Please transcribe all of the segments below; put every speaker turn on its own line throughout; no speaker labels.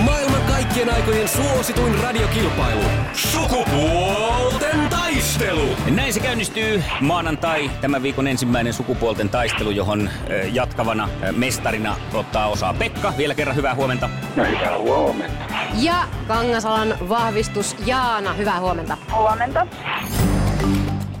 Maailman kaikkien aikojen suosituin radiokilpailu. Sukupuolten taistelu.
Näin se käynnistyy maanantai, tämän viikon ensimmäinen sukupuolten taistelu, johon ö, jatkavana ö, mestarina ottaa osaa Pekka. Vielä kerran hyvää huomenta.
No hyvää huomenta.
Ja Kangasalan vahvistus Jaana, hyvää huomenta.
Huomenta.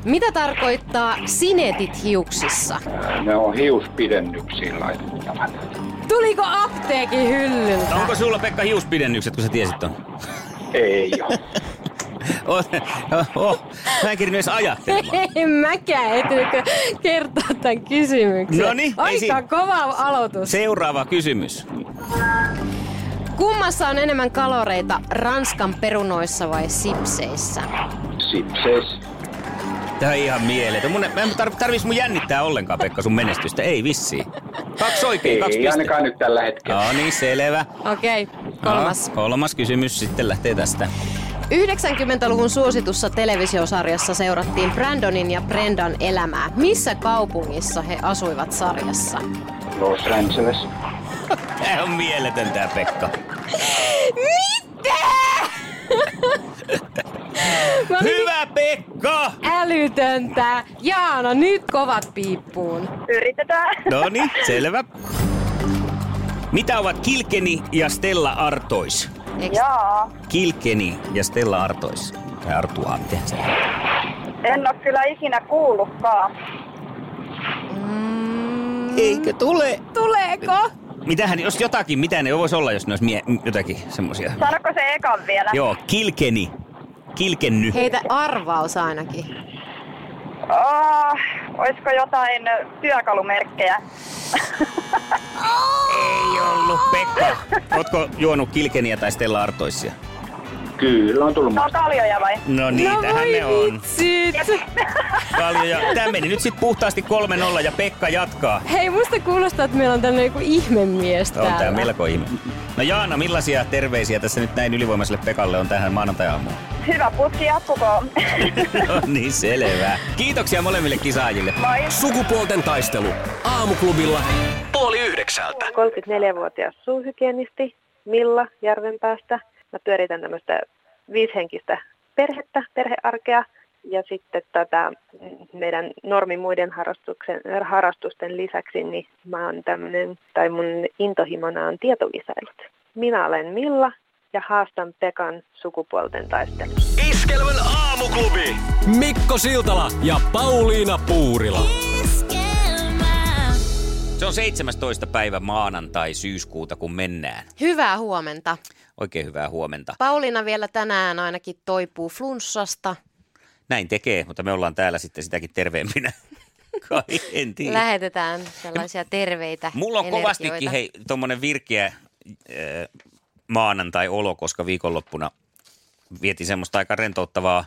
Mitä tarkoittaa sinetit hiuksissa?
Ne on hiuspidennyksiin laitettavat.
Tuliko apteekin hyllyltä?
Onko sulla Pekka hiuspidennykset, kun sä tiesit ton?
Ei ole.
Oh, oh, mä en kirinyt edes ajattelemaan.
Ei mäkään etyykö kertoa tämän kysymyksen.
Noniin, ei
Aika
siinä.
kova aloitus.
Seuraava kysymys.
Kummassa on enemmän kaloreita, Ranskan perunoissa vai sipseissä?
Sipses.
Tää on ihan mieletön. Mun, mä en tar- tarvis mun jännittää ollenkaan, Pekka, sun menestystä. Ei vissiin. Kaksi oikein, kaksi
Ei
pistettä.
ainakaan nyt tällä hetkellä.
No niin, selvä.
Okei, kolmas.
Ah, kolmas kysymys sitten lähtee tästä.
90-luvun suositussa televisiosarjassa seurattiin Brandonin ja Brendan elämää. Missä kaupungissa he asuivat sarjassa?
Los Angeles.
Tää on mieletön tää Pekka.
Mä olin
Hyvä Pekka!
älytöntä. Jaana, nyt kovat piippuun.
Yritetään.
No niin, selvä. Mitä ovat Kilkeni ja Stella Artois?
Eiks?
Jaa.
Kilkeni ja Stella Artois. Tai Artua, miten se?
En ole kyllä ikinä kuullutkaan.
Eikö tule?
Tuleeko?
Mitähän, jos jotakin, mitä ne voisi olla, jos ne olisi mie- m- jotakin semmosia?
Sanoko se ekan vielä?
Joo, Kilkeni. Kilkenny.
Heitä arvaus ainakin.
Oh, olisiko jotain työkalumerkkejä?
Ei ollut, Pekka. Ootko juonut Kilkeniä tai Stella Artoisia?
Kyllä on tullut
No
maasta.
kaljoja vai?
No
no
niitähän
voi
ne on.
vitsit.
Paljon. Ja tää meni nyt sit puhtaasti 3-0 ja Pekka jatkaa.
Hei, musta kuulostaa, että meillä on tänne joku ihmemies
On
täällä.
tää melko ihme. No Jaana, millaisia terveisiä tässä nyt näin ylivoimaiselle Pekalle on tähän maanantai-aamuun?
Hyvä putki jatkukoon.
No niin, selvä. Kiitoksia molemmille kisaajille.
Moi.
Sukupuolten taistelu. Aamuklubilla. Puoli yhdeksältä.
34-vuotias suuhygienisti Milla Järvenpäästä. Mä pyöritän tämmöistä viishenkistä perhettä, perhearkea. Ja sitten tätä mm, meidän normi muiden harrastuksen, harrastusten lisäksi, niin mä oon tämmönen, tai mun intohimona on tietovisailut. Minä olen Milla ja haastan Pekan sukupuolten taistelun.
Iskelmän aamuklubi. Mikko Siltala ja Pauliina Puurila.
Se on 17. päivä maanantai syyskuuta, kun mennään.
Hyvää huomenta.
Oikein hyvää huomenta.
Pauliina vielä tänään ainakin toipuu flunssasta.
Näin tekee, mutta me ollaan täällä sitten sitäkin terveempinä. Kai en tiedä.
Lähetetään tällaisia terveitä
Mulla on
energioita.
kovastikin hei, tommonen virkeä ö, maanantai-olo, koska viikonloppuna vietin semmoista aika rentouttavaa,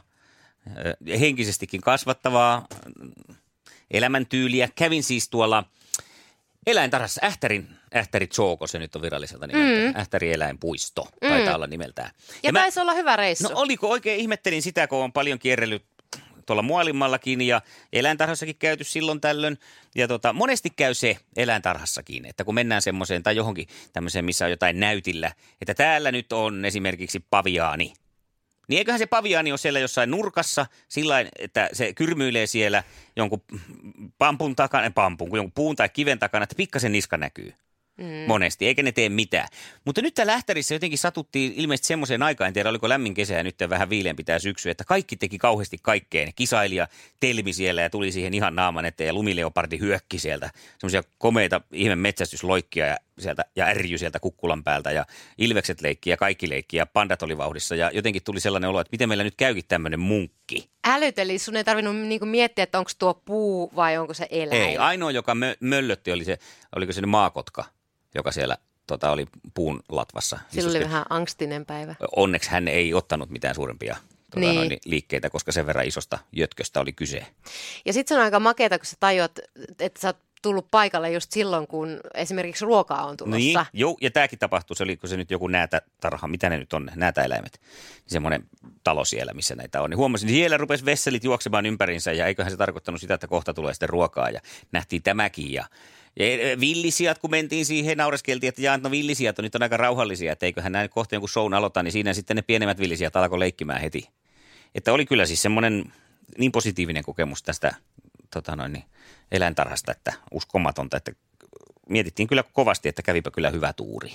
ö, ja henkisestikin kasvattavaa mm, elämäntyyliä. Kävin siis tuolla eläintarhassa Ähtärin, Ähtäri Chooko, se nyt on viralliselta nimeltä. Mm. Ähtäri eläinpuisto taitaa olla nimeltään.
Mm. Ja taisi olla hyvä reissu.
No oliko oikein, ihmettelin sitä, kun on paljon kierrellyt tuolla muolimmallakin ja eläintarhassakin käyty silloin tällöin. Ja tota, monesti käy se eläintarhassakin, että kun mennään semmoiseen tai johonkin tämmöiseen, missä on jotain näytillä, että täällä nyt on esimerkiksi paviaani. Niin eiköhän se paviaani ole siellä jossain nurkassa sillä lailla, että se kyrmyilee siellä jonkun pampun takana, ei pampun, kun jonkun puun tai kiven takana, että pikkasen niska näkyy Mm. monesti, eikä ne tee mitään. Mutta nyt täällä Lähtärissä jotenkin satuttiin ilmeisesti semmoiseen aikaan, en tiedä oliko lämmin kesä ja nyt vähän viileämpi tämä syksy, että kaikki teki kauheasti kaikkeen. Kisailija telmi siellä ja tuli siihen ihan naaman eteen ja lumileopardi hyökki sieltä. Semmoisia komeita ihme metsästysloikkia ja, sieltä, ja ärjy sieltä kukkulan päältä ja ilvekset leikki ja kaikki leikki ja pandat oli vauhdissa ja jotenkin tuli sellainen olo, että miten meillä nyt käykin tämmöinen munkki.
Älyt, eli sun ei tarvinnut niinku miettiä, että onko tuo puu vai onko se eläin.
Ei, ainoa joka mö- möllötti oli se, oliko se nyt maakotka, joka siellä tota, oli puun latvassa. Niin
Silloin oli
isosti.
vähän angstinen päivä.
Onneksi hän ei ottanut mitään suurempia tota,
Niin.
niin. noin, liikkeitä, koska sen verran isosta jötköstä oli kyse.
Ja sitten se on aika makeeta, kun sä tajuat, että sä oot tullut paikalle just silloin, kun esimerkiksi ruokaa on tulossa.
Niin, joo, ja tämäkin tapahtui, se oli, kun se nyt joku näätätarha, mitä ne nyt on, ne näätäeläimet, niin semmoinen talo siellä, missä näitä on. Niin huomasin, että siellä rupesi vesselit juoksemaan ympärinsä, ja eiköhän se tarkoittanut sitä, että kohta tulee sitten ruokaa, ja nähtiin tämäkin, ja ja villisijat, kun mentiin siihen, naureskeltiin, että jaa, no villisijat on nyt on aika rauhallisia, että eiköhän näin kohta jonkun shown aloita, niin siinä sitten ne pienemmät villisijat alkoi leikkimään heti. Että oli kyllä siis semmoinen niin positiivinen kokemus tästä tota noin, niin, eläintarhasta, että uskomatonta, että mietittiin kyllä kovasti, että kävipä kyllä hyvä tuuri.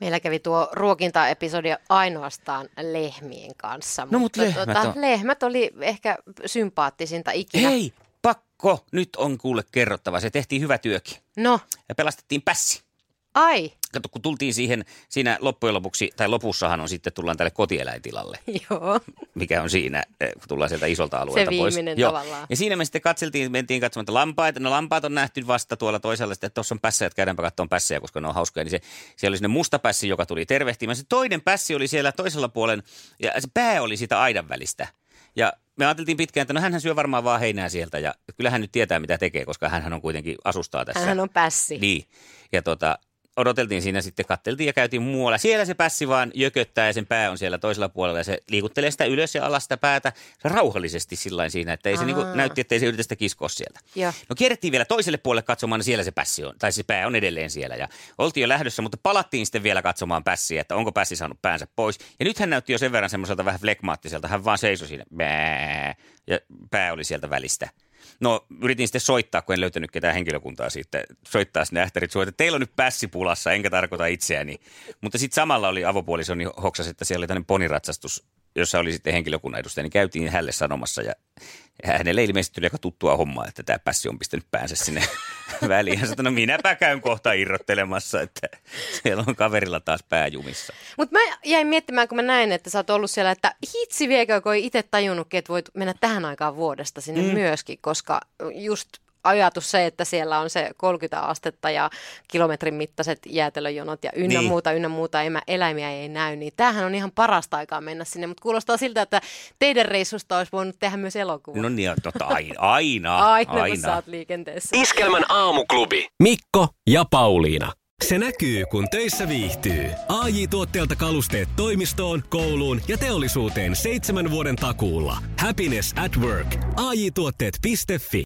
Meillä kävi tuo ruokintaepisodi ainoastaan lehmien kanssa. tota,
No, mut lehmät on-
lehmät oli ehkä sympaattisinta ikinä.
Hei, pakko! Nyt on kuule kerrottava. Se tehtiin hyvä työkin.
No,
Ja pelastettiin pässi.
ai,
Kato, kun tultiin siihen, siinä loppujen lopuksi, tai lopussahan on sitten, tullaan tälle kotieläintilalle,
joo.
mikä on siinä, eh, kun tullaan sieltä isolta alueelta pois.
viimeinen
Joo.
tavallaan.
Ja siinä me sitten katseltiin, mentiin katsomaan, että lampaita, no lampaat on nähty vasta tuolla toisella, sitten että tuossa on pässejä, että käydäänpä katsomaan pässejä, koska ne on hauskoja. Niin se, siellä oli sinne musta pässi, joka tuli tervehtimään. Se toinen pässi oli siellä toisella puolen, ja se pää oli siitä aidan välistä. Ja me ajateltiin pitkään, että no hänhän syö varmaan vaan heinää sieltä, ja kyllähän nyt tietää, mitä tekee, koska hän on kuitenkin asustaa tässä.
Hänhän on pässi.
Niin. Ja tota, odoteltiin siinä sitten, katteltiin ja käytiin muualla. Siellä se pässi vaan jököttää ja sen pää on siellä toisella puolella ja se liikuttelee sitä ylös ja alas sitä päätä rauhallisesti sillain siinä, että ei se niinku,
Aa.
näytti, että ei se yritä sitä kiskoa sieltä.
Joo.
No kierrettiin vielä toiselle puolelle katsomaan, niin siellä se pässi on, tai se pää on edelleen siellä. Ja oltiin jo lähdössä, mutta palattiin sitten vielä katsomaan pässiä, että onko pässi saanut päänsä pois. Ja nyt hän näytti jo sen verran semmoiselta vähän flekmaattiselta, hän vaan seisoi siinä, Bää. ja pää oli sieltä välistä. No yritin sitten soittaa, kun en löytänyt ketään henkilökuntaa siitä, soittaa sinne ähtärit suoraan, että teillä on nyt pässi pulassa, enkä tarkoita itseäni. Mutta sitten samalla oli avopuolisoni hoksas, että siellä oli tämmöinen poniratsastus, jossa oli sitten henkilökunnan edustaja, niin käytiin hälle sanomassa ja hänelle ilmeisesti tuli aika tuttua hommaa, että tämä pässi on pistänyt päänsä sinne väliin. Hän sanoi, että no minäpä käyn kohta irrottelemassa, että siellä on kaverilla taas pääjumissa.
Mutta mä jäin miettimään, kun mä näin, että sä oot ollut siellä, että hitsi viekö, kun ei itse tajunnutkin, että voit mennä tähän aikaan vuodesta sinne mm. myöskin, koska just ajatus se, että siellä on se 30 astetta ja kilometrin mittaiset jäätelöjonot ja ynnä niin.
Niin.
muuta, ynnä muuta, emä, eläimiä ei näy, niin tämähän on ihan parasta aikaa mennä sinne, mutta kuulostaa siltä, että teidän reissusta olisi voinut tehdä myös elokuva.
No niin, totta, aina, aina.
aina, aina, kun sä oot liikenteessä.
Iskelmän aamuklubi. Mikko ja Pauliina. Se näkyy, kun töissä viihtyy. ai tuotteelta kalusteet toimistoon, kouluun ja teollisuuteen seitsemän vuoden takuulla. Happiness at work. AJ-tuotteet.fi.